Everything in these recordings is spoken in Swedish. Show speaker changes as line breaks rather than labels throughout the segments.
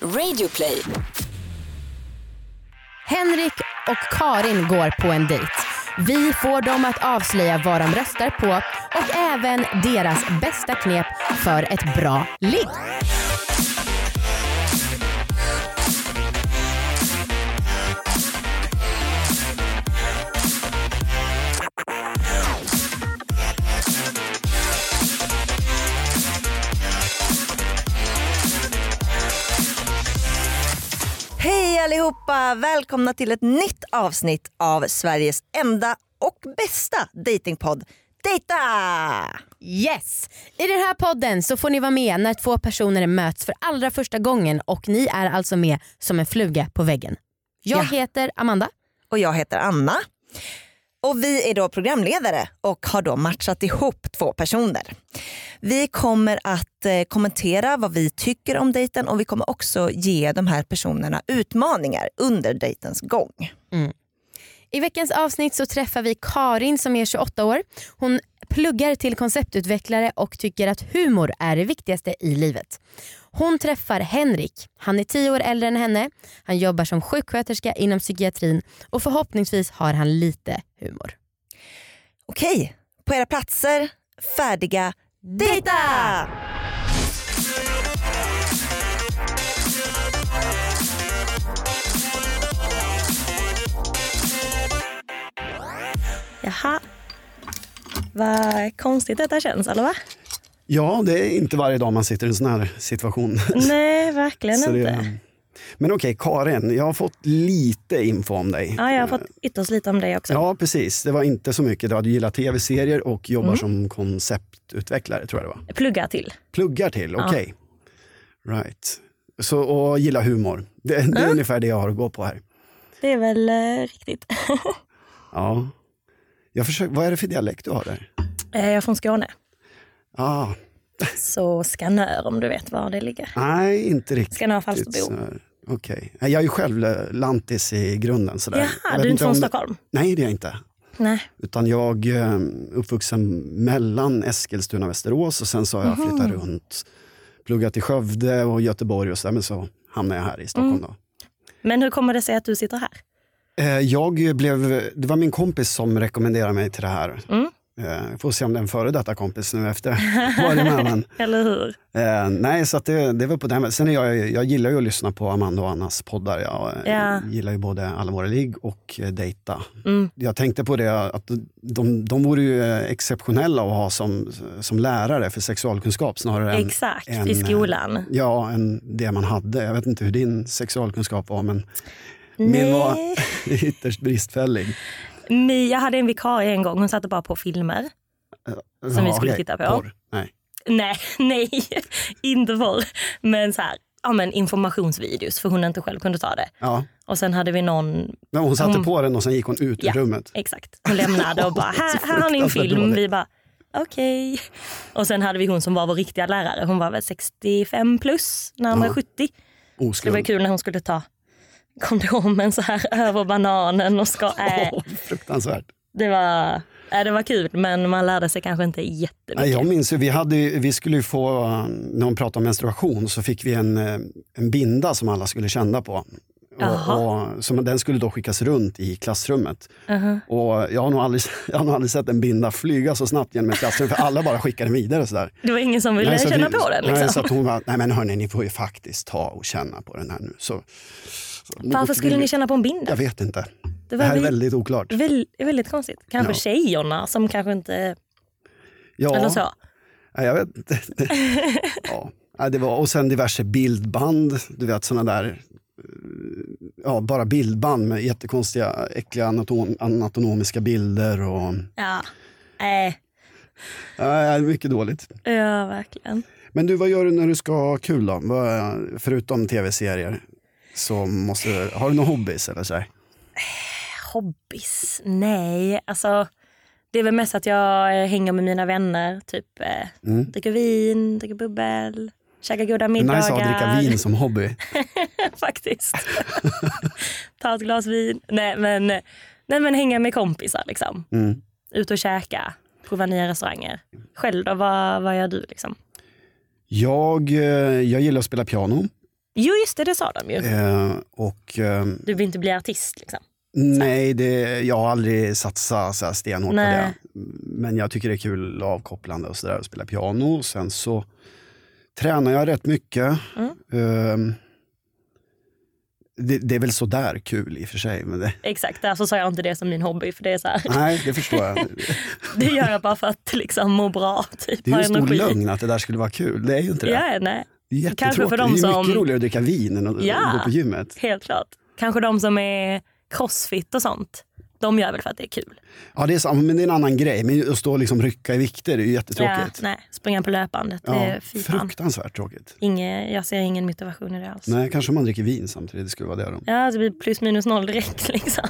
Radioplay.
Henrik och Karin går på en dejt. Vi får dem att avslöja vad de röstar på och även deras bästa knep för ett bra ligg.
Hej allihopa! Välkomna till ett nytt avsnitt av Sveriges enda och bästa datingpodd Dejta!
Yes! I den här podden så får ni vara med när två personer möts för allra första gången och ni är alltså med som en fluga på väggen. Jag
Ja.
heter Amanda.
Och jag heter Anna. Och vi är då programledare och har då matchat ihop två personer. Vi kommer att eh, kommentera vad vi tycker om dejten och vi kommer också ge de här personerna utmaningar under dejtens gång.
I veckans avsnitt så träffar vi Karin som är 28 år. Hon pluggar till konceptutvecklare och tycker att humor är det viktigaste i livet. Hon träffar Henrik. Han är 10 år äldre än henne. Han jobbar som sjuksköterska inom psykiatrin och förhoppningsvis har han lite humor.
Okej, på era platser, färdiga, dejta!
Jaha. Vad konstigt detta känns, eller va?
Ja, det är inte varje dag man sitter i en sån här situation.
Nej, verkligen
Så det-
inte.
Men okej, Karin, jag har fått lite info om dig.
Ja, jag har fått ytterst lite om dig också.
Ja, precis. Det var inte så mycket. Du hade gillat tv-serier och jobbar
Mm.
som konceptutvecklare, tror jag det var.
Plugga till.
Pluggar till, okej. Right. Så, och gilla humor. Det, det är ungefär det jag har att gå på här.
Det är väl eh, riktigt.
Ja. Jag försöker, vad är det för dialekt du har där?
Eh, jag är från Skåne,
Ah,
så Skanör om du vet var det ligger.
nej, inte riktigt.
Skanör Falsterbo.
så här. Okej. Nej, Jag är ju själv eh, lantis i grunden. Sådär. Jag
Jaha,
vet
du är inte
om
från
det-
Stockholm?
Nej, det är jag inte.
Nej.
Utan jag eh, uppvuxen mellan Eskilstuna och Västerås och sen så har jag flyttat runt. Pluggat i Skövde och Göteborg och så där, men så hamnade jag här i Stockholm. Då.
Men hur kommer det sig att du sitter här?
Eh, jag blev, det var min kompis som rekommenderade mig till det här. Eh, får se om det är en före detta kompis nu efter var det med men,
Eller hur?
eh, Nej, så att det, det var på den vägen. Sen är jag, jag gillar ju att lyssna på Amanda och Annas poddar. Jag eh,
Ja.
gillar ju både Alla våra ligg och eh, Dejta.
Mm.
Jag tänkte på det att de, de vore ju eh, exceptionella att ha som, som lärare för sexualkunskap snarare än,
Exakt,
en,
i
eh,
skolan.
ja, än det man hade. Jag vet inte hur din sexualkunskap var men min var
Nej.
ytterst bristfällig.
Mi, jag hade en vikarie en gång, hon satte bara på filmer. Som vi skulle
okej.
titta på.
Porr. Nej.
Nej, nej, inte för. Men så här, ja men informationsvideos för hon inte själv kunde ta det.
Ja.
Och sen hade vi någon
Men hon satte
Hon-
på den och sen gick hon ut ur
Ja.
rummet.
Exakt. Hon lämnade och bara, här, här har ni en
Fruktansvärt
film.
dåligt.
Vi bara, okej. Och sen hade vi hon som var vår riktiga lärare. Hon var väl 65 plus, närmare
Ja.
70. Det var ju
Oskuld.
kul när hon skulle ta kondomen så här över bananen och ska... Äh,
Åh, fruktansvärt.
det, var, äh, det var kul, men man lärde sig kanske inte jättemycket.
Nej, jag minns ju, vi, hade, ju- vi skulle ju få, eh, när hon pratade om menstruation, så fick vi en, eh, en binda som alla skulle känna på.
Jaha.
Och, och, som, den skulle då skickas runt i klassrummet.
Uh-huh.
Och jag, har nog aldrig, jag har nog aldrig sett en binda flyga så snabbt genom ett klassrum, för alla bara skickade den vidare. Sådär.
Det var ingen som ville
så att
känna
vi-
på den.
Nej,
Liksom.
så att hon bara, nej men hörni, ni får ju faktiskt ta och känna på den här nu. Så,
Varför skulle ni känna på en binda?
Jag vet inte.
Det
Det här är
vi-
väldigt oklart.
väl- väldigt konstigt. Kanske
Ja.
tjejerna som kanske inte...
Ja.
Eller så.
Ja, jag vet inte. ja. Ja, det var, och sen diverse bildband, du vet sådana där, eh, ja bara bildband med jättekonstiga, äckliga anatom, anatomiska bilder och,
Ja. Äh,
ja, mycket dåligt.
ja, verkligen.
Men du, vad gör du när du ska ha kul då? Vad- Förutom tv-serier, så måste du, har du några hobbys eller så? här?
Hobbys? Nej, alltså det är väl mest att jag eh, hänger med mina vänner. Typ eh,
Mm.
dricker vin, dricker bubbel, käkar goda
Det är
middagar.
Nice att dricka vin som hobby.
Faktiskt. Ta ett glas vin. Nej men, nej, men hänga med kompisar liksom.
Mm.
Ut och käka, prova nya restauranger. Själv då, vad, vad gör du liksom?
Jag, eh, jag gillar att spela piano.
Jo just det, det sa de ju.
Eh, och, eh,
Du vill inte bli artist liksom.
nej, det, jag har aldrig satsat så här stenhårt på det.
Nej.
Men jag tycker det är kul och avkopplande och sådär att spela piano. Sen så tränar jag rätt mycket.
Mm.
Eh, det, det är väl sådär kul i och för sig. Men det,
Exakt, därför sa jag inte det som min hobby. För det är så här,
nej, det förstår jag.
det gör jag bara för att liksom må bra. Typ,
Det är ju
ha
en stor
energi.
lögn att det där skulle vara kul. Det är ju inte det.
Ja, nej.
Det är
Kanske
jättetråkigt.
för dem
det är ju mycket
som-
roligare att dricka vin än att
Ja.
gå på gymmet.
Helt klart. Kanske de som är crossfit och sånt. De gör väl för att det är kul.
Ja, det är, sant, men det är en annan grej. Men att stå och liksom rycka i vikter är ju jättetråkigt.
Ja, nej, springa på löpbandet, det
Ja,
är fy fan.
fruktansvärt tråkigt.
Inge, jag ser ingen motivation i det alls.
Nej, kanske om man dricker vin samtidigt. Det skulle vara det då.
Ja, det blir plus minus noll direkt liksom.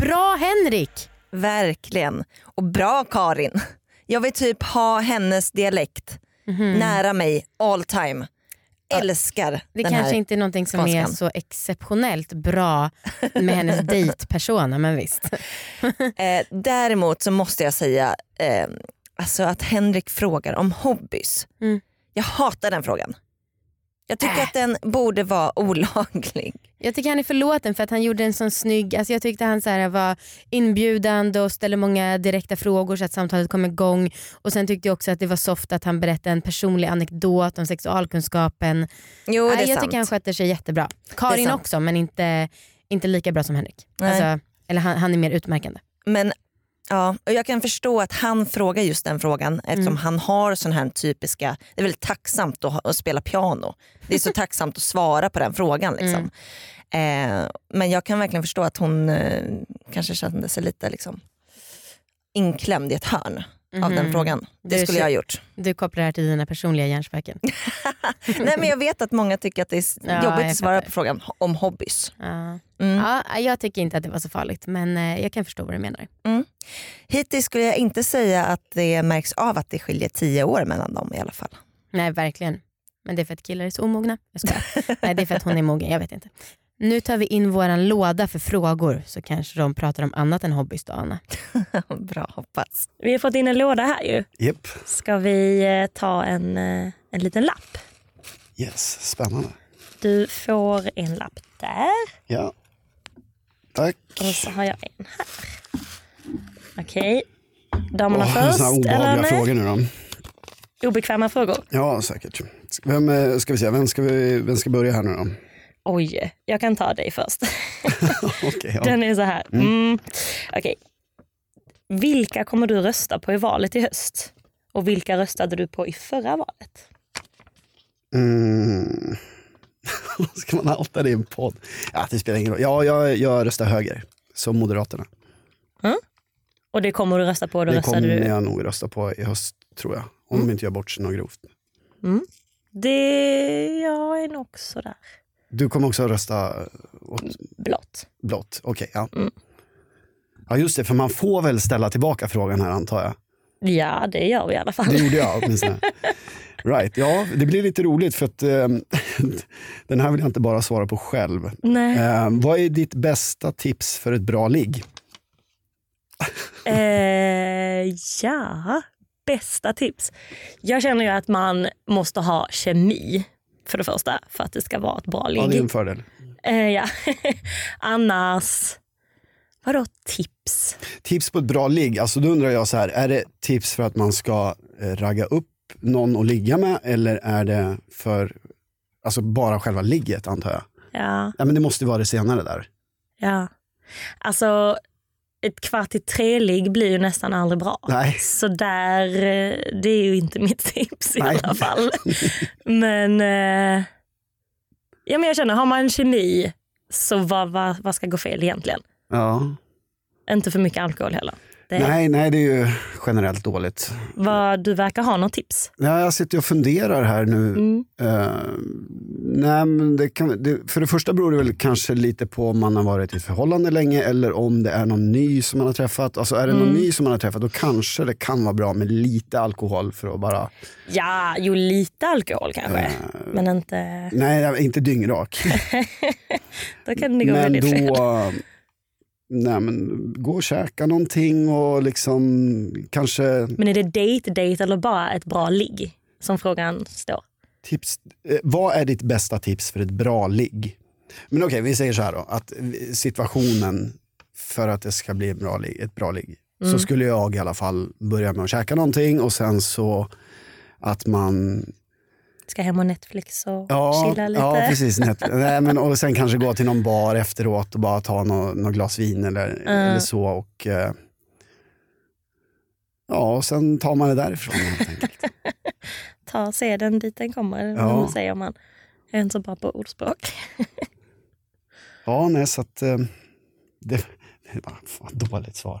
Bra Henrik!
Verkligen. Och bra Karin. Jag vill typ ha hennes dialekt nära mig all time. Älskar
Mm. Det
den
kanske
här.
inte är någonting som är
skånskan.
så exceptionellt bra med hennes dejtpersona men visst.
Eh, däremot så måste jag säga eh, alltså att Henrik frågar om hobbys.
Mm.
Jag hatar den frågan. Jag tycker
Äh.
att den borde vara olaglig.
Jag tycker han är förlåten för att han gjorde en sån snygg, alltså jag tyckte han så här var inbjudande och ställde många direkta frågor så att samtalet kom igång. Och sen tyckte jag också att det var soft att han berättade en personlig anekdot om sexualkunskapen.
Jo det är
Nej, jag
sant.
tycker han sköter sig jättebra. Karin
sant.
också men inte, inte lika bra som Henrik.
Nej.
Alltså, eller han, han är mer utmärkande.
Men ja, och jag kan förstå att han frågar just den frågan eftersom
Mm.
han har sån här typiska, det är väldigt tacksamt att, ha- att spela piano. Det är så tacksamt att svara på den frågan. Liksom. Eh, men jag kan verkligen förstå att hon eh, kanske kände sig lite liksom, inklämd i ett hörn av den
Mhm.
frågan. Det
Du
skulle jag ha gjort.
Du kopplar det här till dina personliga hjärnspöken.
Nej, men jag vet att många tycker att det är s-
Ja,
jobbigt
jag
att svara
fattar.
på frågan om hobbys.
Ja.
Mm.
Ja, jag tycker inte att det var så farligt men eh, jag kan förstå vad du menar.
mm. Hittills skulle jag inte säga att det märks av att det skiljer tio år mellan dem i alla fall.
Nej verkligen. Men det är för att killar är så omogna. Jag skojar. Nej det är för att hon är mogen, jag vet inte. Nu tar vi in våran låda för frågor så kanske de pratar om annat än hobbys då Anna.
Bra, hoppas.
Vi har fått in en låda här ju.
Japp.
Ska vi eh, ta en, eh, en liten lapp?
Yes, spännande.
Du får en lapp där
Ja. Tack.
och så har jag en här. Okej. Damerna
Åh,
först,
såna här
eller
obehagliga
nej?
frågor nu då.
Obekväma frågor.
Ja, säkert. Vem, eh, ska vi se, vem ska, vi, vem ska börja här nu då?
Oj, jag kan ta dig först.
Okej, ja.
Den är så här. Mm. Okej. Vilka kommer du rösta på i valet i höst? Och vilka röstade du på i förra valet?
Mm. Ska man outa det i en podd? Ja, det spelar ingen roll. Ja, jag, jag röstar höger, som Moderaterna.
Och det kommer du rösta på, då
det
röstade
kommer
du... Mm.
jag nog rösta på i höst, tror jag. Om de inte gör bort sig något grovt.
Det... Jag är nog sådär.
Du kommer också rösta åt
Blått.
blått? Okej, ja.
Mm.
Ja, just det, för man får väl ställa tillbaka frågan här, antar jag.
Ja, det gör vi i alla fall.
Det gjorde jag åtminstone. Right, ja, det blir lite roligt för att eh, den här vill jag inte bara svara på själv.
Nej.
Eh, vad är ditt bästa tips för ett bra ligg?
Eh, ja, bästa tips. Jag känner ju att man måste ha kemi för det första för att det ska vara ett bra ligg.
Ja, det är en fördel.
Eh, ja. Annars, vadå tips?
Tips på ett bra ligg, alltså då undrar jag så här, är det tips för att man ska eh, ragga upp någon att ligga med eller är det för alltså bara själva ligget antar jag?
Ja,
Ja, men det måste ju vara det senare där.
ja. Alltså, ett kvart i tre-ligg blir ju nästan aldrig bra.
Nej.
Så där, eh, det är ju inte mitt tips i
Nej.
alla fall. Men, eh, ja, men jag känner, har man kemi så vad, vad, vad ska gå fel egentligen?
Ja.
Inte för mycket alkohol heller. Det,
Nej, nej, det är ju generellt dåligt.
Vad, du verkar ha något tips.
Ja, jag sitter och funderar här nu.
Mm.
Eh, nej, men det kan, det, för det första beror det väl kanske lite på om man har varit i ett förhållande länge eller om det är någon ny som man har träffat. Alltså är det någon
Mm.
ny som man har träffat då kanske det kan vara bra med lite alkohol för att bara...
Ja, jo lite alkohol kanske.
eh,
Men inte...
nej, inte dyngrak.
Då kan det gå
men
väldigt fel.
då, nej, men, gå och käka någonting och liksom kanske
Men är det date, date eller bara ett bra ligg? Som frågan står.
tips. Eh, vad är ditt bästa tips för ett bra ligg? Men okej, vi säger så här då. Att vi- situationen för att det ska bli en bra ligg, ett bra ligg.
Mm.
Så skulle jag i alla fall börja med att käka någonting och sen så att man...
Ska hem och Netflix och
Ja,
chilla lite.
ja precis. Net- Nej, men, och sen kanske gå till någon bar efteråt och bara ta något nå glas vin eller, eller så. Och, eh, ja, och sen tar man det därifrån helt enkelt.
Ta seden dit den kommer,
Ja.
vad säger man? Jag är inte så bra på ordspråk.
Ja, nej, så att... eh, Det, det var fan, dåligt svar.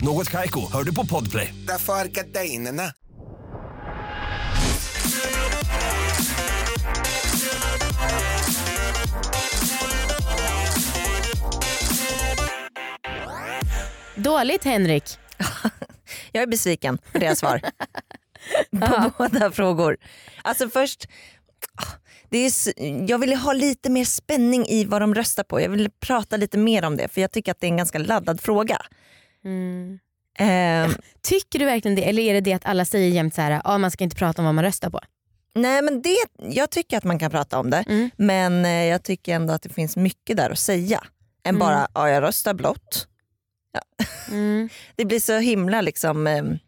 Något Kaiko, hör du på Podplay.
Därför är gardinerna.
Dåligt Henrik.
Jag är besviken på deras svar. på båda frågor. Alltså först, ah, det är, s- jag ville ha lite mer spänning i vad de röstar på. Jag ville prata lite mer om det för jag tycker att det är en ganska laddad fråga. Ehm,
Tycker du verkligen det eller är det det att alla säger jämt så här, ah, man ska inte prata om vad man röstar på?
nej men det, jag tycker att man kan prata om det
Mm.
men eh, jag tycker ändå att det finns mycket där att säga. Än bara, ja jag röstar blått.
Mm.
Det blir så himla liksom, ehm,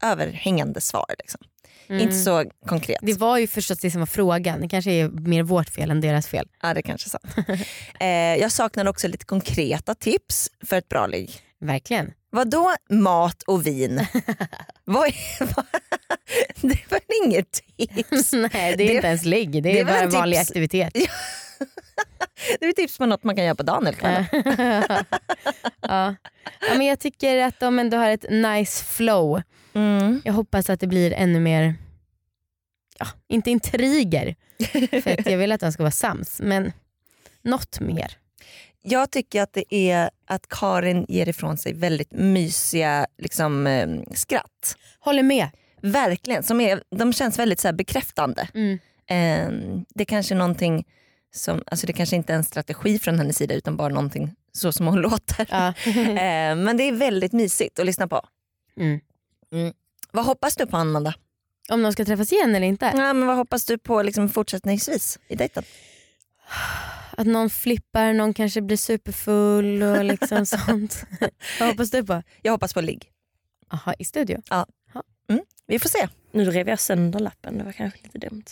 ah, överhängande svar. Liksom. Inte så konkret.
mm. Det var ju förstås det som var frågan, det kanske är mer vårt fel än deras fel.
Ja, det kanske är sant. eh, jag saknar också lite konkreta tips för ett bra ligg.
Verkligen.
Vadå mat och vin? Vad är, det var inget tips.
Nej det är
Det-
inte ens ligg, det,
det
är
var
bara
en
vanlig
tips.
aktivitet.
Det är tips på något man kan göra på dagen eller kvällen.
ja. Ja, men jag tycker att de ändå har ett nice flow.
Mm.
Jag hoppas att det blir ännu mer, ja, inte intriger, för att jag vill att de ska vara sams, men något mer.
Jag tycker att det är att Karin ger ifrån sig väldigt mysiga liksom, eh, skratt.
Håller med.
Verkligen. Som är, de känns väldigt så här, bekräftande.
Mm.
Eh, det kanske är någonting som, alltså det kanske inte är en strategi från hennes sida utan bara någonting så som hon låter.
Ja.
Eh, men det är väldigt mysigt att lyssna på.
Mm.
Vad hoppas du på Amanda?
Om de ska träffas igen eller inte.
Ja, men vad hoppas du på liksom, fortsättningsvis i dejten?
Att någon flippar, någon kanske blir superfull och liksom sånt. Vad hoppas du på?
Jag hoppas på ligg.
Jaha, i studio?
Vi får se.
Nu rev jag sönder lappen, det var kanske lite dumt.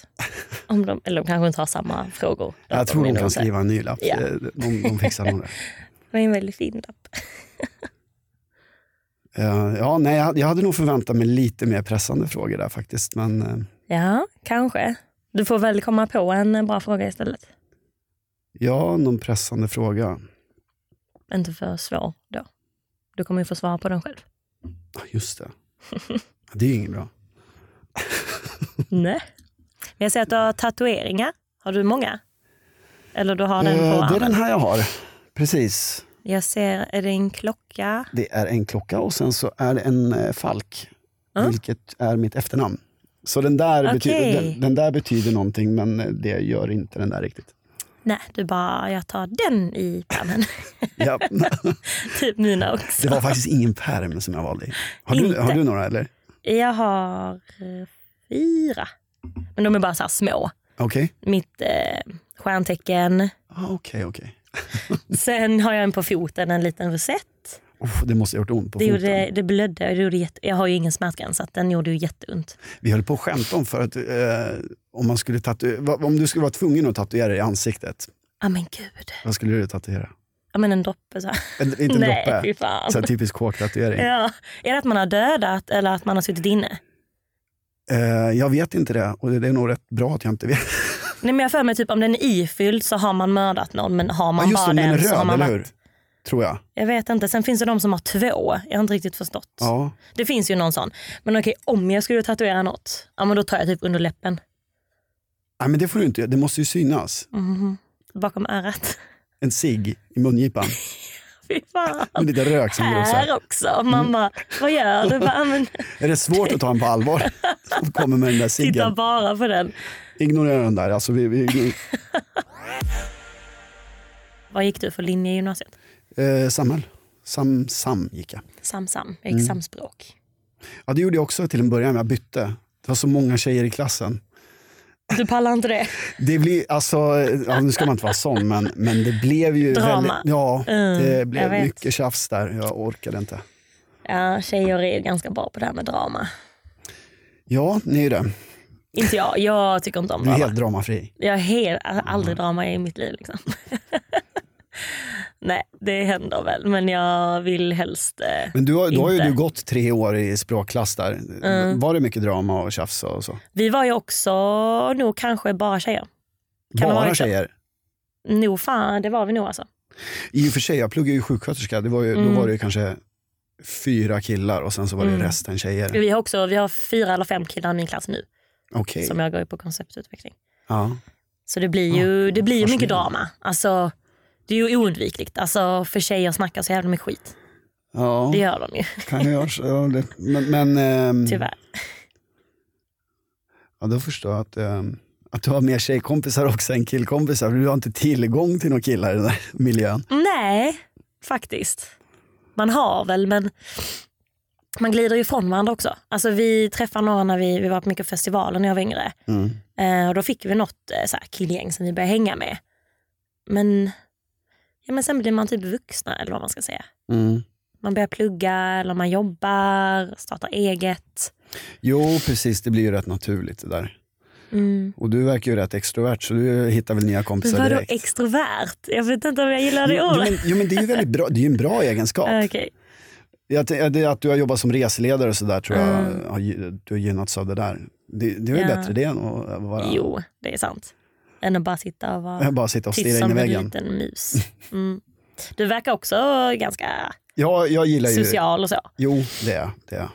Om de, eller de kanske inte har samma frågor.
Jag tror
de
de
inte.
kan skriva en ny lapp.
Ja.
De, de, de fixar nog det.
Det var en väldigt fin lapp.
Eh, Ja, nej, jag jag hade nog förväntat mig lite mer pressande frågor där faktiskt. Men eh,
Ja, kanske. Du får väl komma på en bra fråga istället.
ja, någon pressande fråga.
Inte för svår då. Du kommer ju få svara på den själv.
Ja, Just det. Ja, Det är ju inget bra.
Nej. Men jag ser att du har tatueringar. Har du många? Eller du har den på
Eh, Det är
armen?
den här jag har. Precis.
Jag ser, är det en klocka?
Det är en klocka och sen så är det en eh, falk.
Ja.
Vilket är mitt efternamn. Så den där,
Okej.
betyder, den, den där betyder någonting men eh, det gör inte den där riktigt.
Nej, du bara, jag tar den i pärmen.
Ja,
typ mina
det
också.
var faktiskt ingen pärm som jag valde. Har du,
Inte.
har du några eller?
Jag har eh, fyra. Men de är bara så här små.
Okej.
Mitt eh, stjärntecken.
Ah, Okej, okej.
Sen har jag en på foten, en liten rosett.
Oh, det måste ha gjort ont på
Det,
foten.
gjorde, det blödde. och Det gjorde jätte, jag har ju ingen smärtgräns, så att den gjorde ju jätteont.
Vi höll på att skämta om för att eh, om, man skulle tatu- va- om du skulle vara tvungen att tatuera dig i ansiktet,
Ja men gud.
vad skulle du tatuera?
Ja men en droppe så här.
En, inte en
Nej,
droppe.
fy fan.
Så här typisk kåktatuering.
Ja. Är det att man har dödat eller att man har suttit inne?
Eh, jag vet inte det och det, det är nog rätt bra att jag inte vet.
Nej men jag har för mig typ om den är ifylld så har man mördat någon men har man
Ja, just
bara
det, om den är
så har
röd,
man
eller
varit-
hur? tror jag.
Jag vet inte. Sen finns det de som har två. Jag har inte riktigt förstått.
Ja.
Det finns ju någon sån. Men okej, om jag skulle tatuera något, ja men då tar jag typ under läppen.
Nej, men det får du inte göra. Det måste ju synas.
Mhm. Bakom örat.
En cigg i mungipan
Fy fan.
med lite rök som glosar.
Här också.
Mm.
Man bara, vad gör du? Bara, men,
Är det svårt att ta en på allvar? Som kommer med den där
titta
ciggen.
bara på den.
Ignorera den där. Alltså, vi, vi,
Vad gick du för linje i gymnasiet?
eh, samhäll. Sam, sam gick jag.
Sam, sam. Jag gick
Mm.
samspråk.
Ja, det gjorde jag också till en början. men Jag bytte. Det var så många tjejer i klassen.
Du pallar inte det?
Det blir, alltså, ja, nu ska man inte vara sån, men, men det blev ju
Drama.
väldigt... Ja, det
Mm, jag
blev
vet.
mycket tjafs där. Jag orkade inte.
Ja, tjejer är ju ganska bra på det här med drama.
Ja, ni är ju det.
Inte jag. Jag tycker inte om
Du är
drama.
helt Mm. dramafri.
Jag är helt, alltså, aldrig drama i mitt liv. Liksom. Nej, det händer väl. Men jag vill helst... Eh,
Men du har, då har ju
Inte. Mm.
du gått tre år i språkklass där. Var det mycket drama och tjafs och så?
vi var ju också nog kanske bara tjejer. Kan det vara
Bara
det?
tjejer?
Nog fan, det var vi nog alltså.
I och för sig, jag pluggade ju sjuksköterska. Det var ju,
Mm.
Då var det ju kanske fyra killar och sen så var det
Mm.
resten tjejer.
Vi har, också, vi har fyra eller fem killar i min klass nu
Okej.
som jag går på konceptutveckling.
Ja.
Så det blir ju, det blir ju mycket
fascinerande.
drama. Alltså, det är ju oundvikligt. Alltså, för tjejer snackar så jävla mycket skit.
Ja,
Det gör de ju,
kan jag göra så. Ja, det- Men, men ehm,
tyvärr.
ja, då förstår jag att, ehm, att du har mer tjejkompisar också än killkompisar. för Du har inte tillgång till några killar i den där miljön.
Nej, faktiskt. Man har väl, men man glider ju ifrån varandra också. Alltså, vi träffade några när vi, vi var på mycket festivaler när jag var yngre.
Mm.
Eh, och då fick vi något eh, så här, killgäng som vi började hänga med. Men, ja, men sen blir man typ vuxna, eller vad man ska säga.
Mm.
Man börjar plugga, eller man jobbar, startar eget.
Jo, precis. Det blir ju rätt naturligt det där.
Mm.
Och du verkar ju rätt extrovert så du hittar väl nya kompisar
Vadå
direkt.
extrovert? Jag vet inte om jag gillar det
Jo, jo,
ordet.
men, jo, men det är ju väldigt bra, det är ju en bra egenskap.
Okej,
Jag tänker- det är att du har jobbat som reseledare och sådär tror jag
Mm.
har, gy- du har gynnats av det där. Det, det är ju
Ja.
bättre det än att eh, vara,
jo det är sant. Än att bara sitta och vara
bara sitta och
tyst
stirra in
som
i
en
väggen.
liten mus. Mm. Du verkar också ganska
Ja, jag gillar ju...
social och så.
Jo, det är jag, det är jag.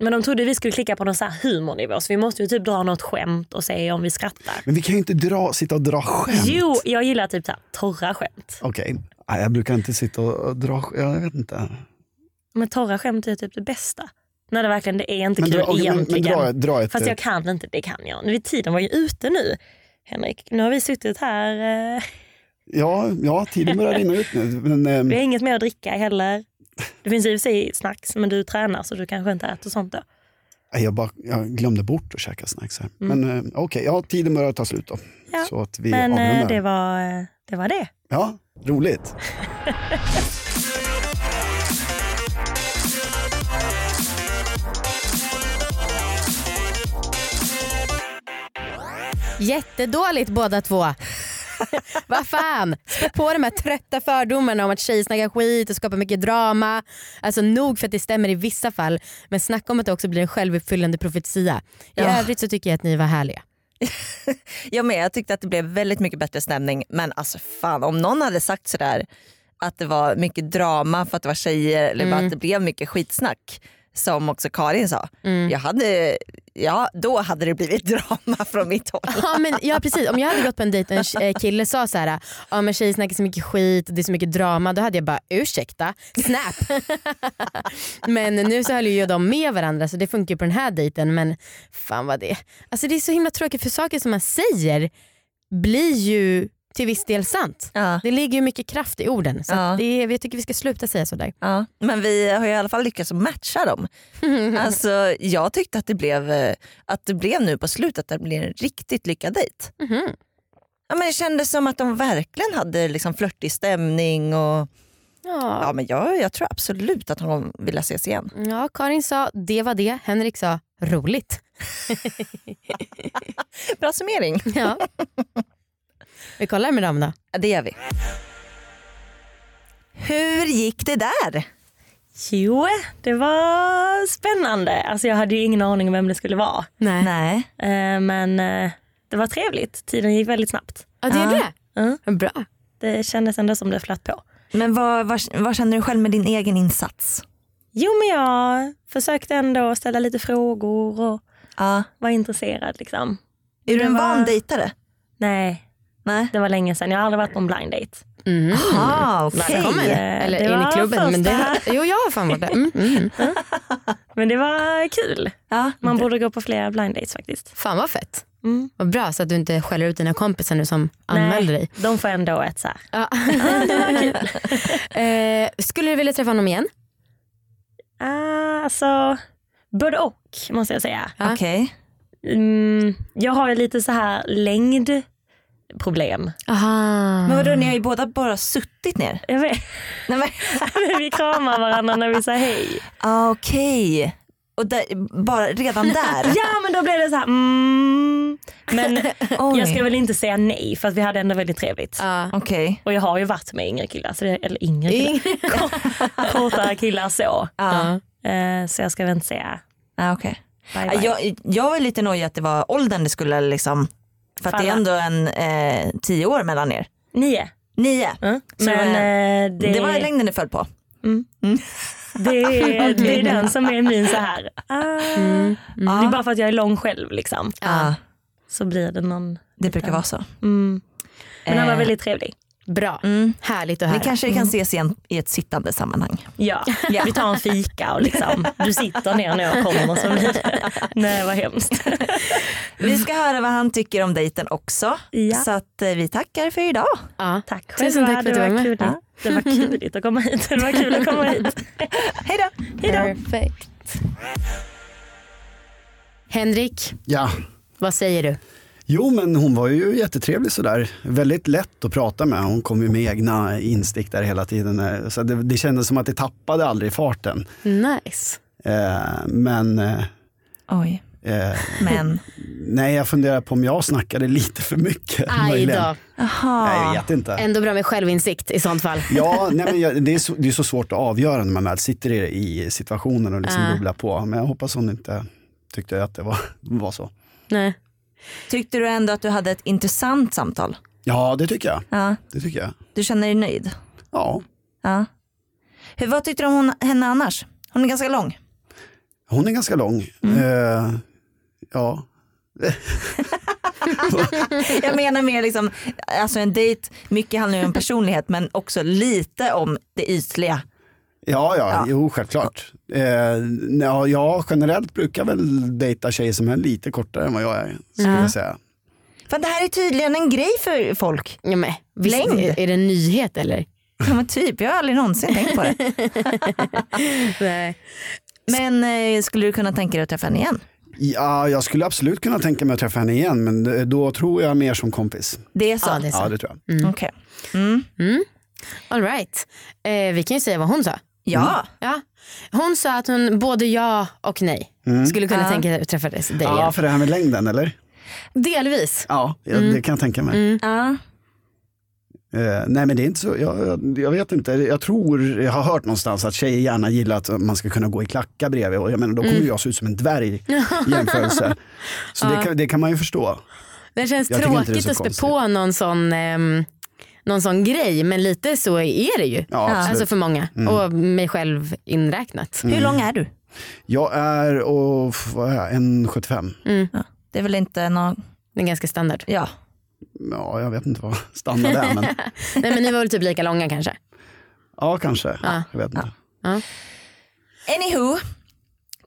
Men de trodde vi skulle klicka på någon så här humornivå så vi måste ju typ dra något skämt och se om vi skrattar.
Men vi kan ju inte dra, sitta och dra skämt.
Jo, jag gillar typ så här torra skämt.
Okej, Nej, jag brukar inte sitta och och dra sk- jag vet inte.
Men torra skämt är typ det bästa. När det verkligen det är inte
Men
kul
dra, okej, men, men
egentligen.
dra, dra ett...
Fast jag kan inte, det kan jag. Nu, Tiden var ju ute nu, Henrik. Nu har vi suttit här. Eh,
Ja, ja, tiden börjar rinna ut nu. Men, ehm,
vi har inget mer att dricka heller. Det finns i och för sig snacks, men du tränar så du kanske inte äter sånt då.
Nej, Jag, bara, jag glömde bort att käka snacks här. Men eh, okej, ja, tiden börjar ta slut då.
Mm. Ja,
Så att vi
Men eh,
avrundar.
det var, eh, det var det.
Ja, roligt.
Jättedåligt båda två. Vad fan, spä på de här trötta fördomarna om att tjejer snackar skit och skapar mycket drama. Alltså nog för att det stämmer i vissa fall men snacka om att det också blir en självuppfyllande profetia. I
Ja.
övrigt så tycker jag att ni var härliga.
Jag med, jag tyckte att det blev väldigt mycket bättre stämning. Men alltså fan, om någon hade sagt sådär att det var mycket drama för att det var tjejer eller bara att det blev mycket skitsnack. Som också Karin sa. Jag hade, ja, då hade det blivit drama från mitt håll.
Ja, men, ja precis, om jag hade gått på en dejt och en tj- eh, kille sa så här, ja men tjejer snackar så mycket skit och det är så mycket drama då hade jag bara ursäkta, snap. men nu så höll ju de med varandra så det funkar ju på den här dejten men fan vad det Alltså det är så himla tråkigt för saker som man säger blir ju till viss del sant.
Ja,
Det ligger ju mycket kraft i orden så
Ja.
att det är, jag tycker vi ska sluta säga sådär.
ja. Men vi har ju i alla fall lyckats matcha dem. Alltså, jag tyckte att det, blev, eh, att det blev nu på slutet att det blev en riktigt lyckad dejt.
Mhm.
Ja, men det kändes som att de verkligen hade liksom flörtig stämning. Och,
Ja.
ja, men jag, jag tror absolut att de kommer vilja ses igen.
ja Karin sa det var det, Henrik sa roligt.
Bra summering.
Ja. vi kollar med dem då.
Ja, det gör vi. Hur gick det där?
Jo, det var spännande. Alltså, jag hade ju ingen aning om vem det skulle vara.
Nej.
Nej.
Eh, Men eh, det var trevligt. Tiden gick väldigt snabbt.
Ja det är
Ja.
det?
Ja.
Bra.
Det kändes ändå som det flöt på.
Men vad, vad, vad känner du själv med din egen insats?
Jo men jag försökte ändå ställa lite frågor och
Ja.
var intresserad. Liksom.
Är du
Det
en
var-
van dejtare?
Nej,
Nej.
det var länge sedan. Jag har aldrig varit på en blind date.
Mm.
Ah, okej.
Välkommen.
Mhm. Hej.
Eller
Det
in i
var
klubben. Men det,
första. Mhm.
jo, jag har fan varit där. Mm, mm.
Men det var kul.
Ja.
Man borde gå på flera blind dates faktiskt.
Fan vad fett.
Mm.
Vad bra så att du inte skäller ut dina kompisar nu som anmälde dig.
Nej, de får ändå ett så här.
Ja. eh, skulle du vilja träffa honom igen?
Ah, Alltså, både och måste jag säga.
Ja.
Okej.
Mm, jag har ju lite så här längdproblem.
Aha.
Men
Mm.
vadå, ni har ju båda bara suttit ner.
Jag vet,
Nej, men...
vi kramar varandra när vi säger hej.
ah, okej. Och där, bara redan där?
Ja men då blev det så här. Mm. Men
Oj.
jag ska väl inte säga nej för att vi hade ändå väldigt trevligt.
Ja.
Okej.
Och jag har ju varit med yngre killar, så det, eller yngre killar, Kort- kortare killar så.
Ja.
Eh, så jag ska väl inte säga
Ja, okej.
bye
Ja,
bye.
Jag, jag var lite nojig att det var åldern det skulle liksom, för att det är
Falla.
ändå en eh, tio år mellan er.
Nio.
Nio.
Mm.
Så det var-
Men eh, det,
Det, var längden du föll på.
det, är- det är den som är min så här. Ah. Det är bara för att jag är lång själv liksom.
Ja,
Så blir det någon.
det brukar vara så.
Mm. Men han var
Eh.
väldigt trevlig.
Bra,
Mm.
härligt att
Ni
höra.
kanske kan ses igen i ett sittande sammanhang.
Ja, vi tar en fika och liksom, du sitter ner när jag kommer. Så blir det. Nej vad hemskt.
Vi ska höra vad han tycker om dejten också.
Mm. Ja.
Så att eh, vi tackar för idag.
Ja.
Tack själva.
Tusen tack för att du
det
var
var
med.
kul. Det var kul att komma hit. Det var kul att komma hit.
Hej då!
Hejdå.
Perfekt. Henrik,
Ja.
vad säger du?
Jo, men hon var ju jättetrevlig sådär. Väldigt lätt att prata med. Hon kom ju med egna instick där hela tiden. eh, Så det, det kändes som att det tappade aldrig farten.
Nice.
Eh, men eh,
Oj,
eh,
men.
nej, jag funderar på om jag snackade lite för mycket.
Aj
möjligen.
då.
Nej,
Aha.
jag vet inte.
Ändå bra med självinsikt i sånt fall.
Ja, nej, men jag, det, är så, det är så svårt att avgöra när man väl sitter i, i situationen och liksom
Ja.
bubblar på. Men jag hoppas hon inte tyckte att det var, var så.
Nej.
Tyckte du ändå att du hade ett intressant samtal?
Ja, det tycker jag.
Ja.
Det tycker jag.
Du känner dig nöjd?
Ja.
Ja. Hur, vad tyckte du om hon, henne annars? Hon är ganska lång.
Hon är ganska lång. Eh, ja.
Jag menar mer liksom, alltså en dejt, mycket handlar ju om personlighet men också lite om det ytliga.
Ja, ja, jo självklart. Eh, nej, ja, jag generellt brukar väl dejta tjejer som är lite kortare än vad jag är. Skulle jag säga.
För det här är tydligen en grej för folk.
Ja, men, visst,
Längd.
Är, är det en nyhet eller?
Ja, men typ, jag har aldrig någonsin tänkt på det.
Nej.
Men eh, skulle du kunna tänka dig att träffa henne igen?
Ja, jag skulle absolut kunna tänka mig att träffa henne igen, men eh, då tror jag mer som kompis.
Det är så?
Ja, det är så.
Ja, det tror jag.
Okej. Mm.
All right. Eh, vi kan ju säga vad hon sa.
Ja,
Ja. Hon sa att hon både ja och nej skulle kunna tänka sig att träffa dig dig igen.
Mm. Ja, för det här med längden, eller?
Delvis. Mm.
Ja, ja, det kan jag tänka mig.
ja.
Eh, nej men det är inte så, jag, jag, jag vet inte, jag tror, jag har hört någonstans att tjejer gärna gillar att man ska kunna gå i klackar bredvid och jag menar då
Mm.
kommer jag se ut som en dvärg i jämförelse. Så det, kan, det kan man ju förstå.
Det känns
Jag tycker inte det är
tråkigt
så
att spä
konstigt.
på någon sån, ehm, någon sån grej men lite så är det ju.
Ja,
Alltså
absolut. Mm.
för många och mig själv inräknat.
Hur lång är du? jag
Jag är, och, f- vad är jag, 1,75.
Mm.
Det är väl inte någon,
Det är ganska standard.
ja.
Ja, jag vet inte vad standard är men
Nej men ni var väl typ lika långa kanske?
ja kanske. Jag vet inte.
Anywho,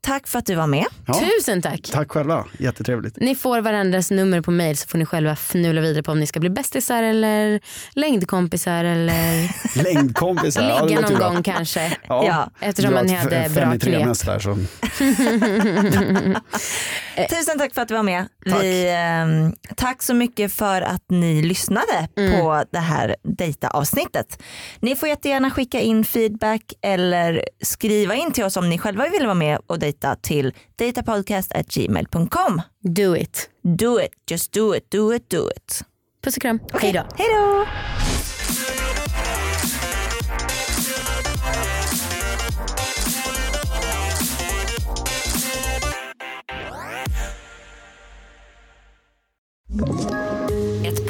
tack för att du var med.
Ja,
Tusen tack.
tack själva, jättetrevligt.
Ni får varandras nummer på mail så får ni själva fnula vidare på om ni ska bli bästisar eller längdkompisar eller
Längdkompisar, ja, det
ligga
var tur,
någon
va?
gång kanske.
Ja.
Eftersom
dra
ni
ett
hade
f-
bra
fem i tre
knep.
nästa här, så.
Tusen tack för att du var med. Tack, vi, ehm, tack så mycket för att ni lyssnade
Mm.
på det här dejta-avsnittet. Ni får jättegärna skicka in feedback eller skriva in till oss om ni själva vill vara med och dejta till datapodcast.gmail.com.
Do it.
Do it, just do it, do it, do it.
Puss och kram. Hej då.
Hej då!
Ett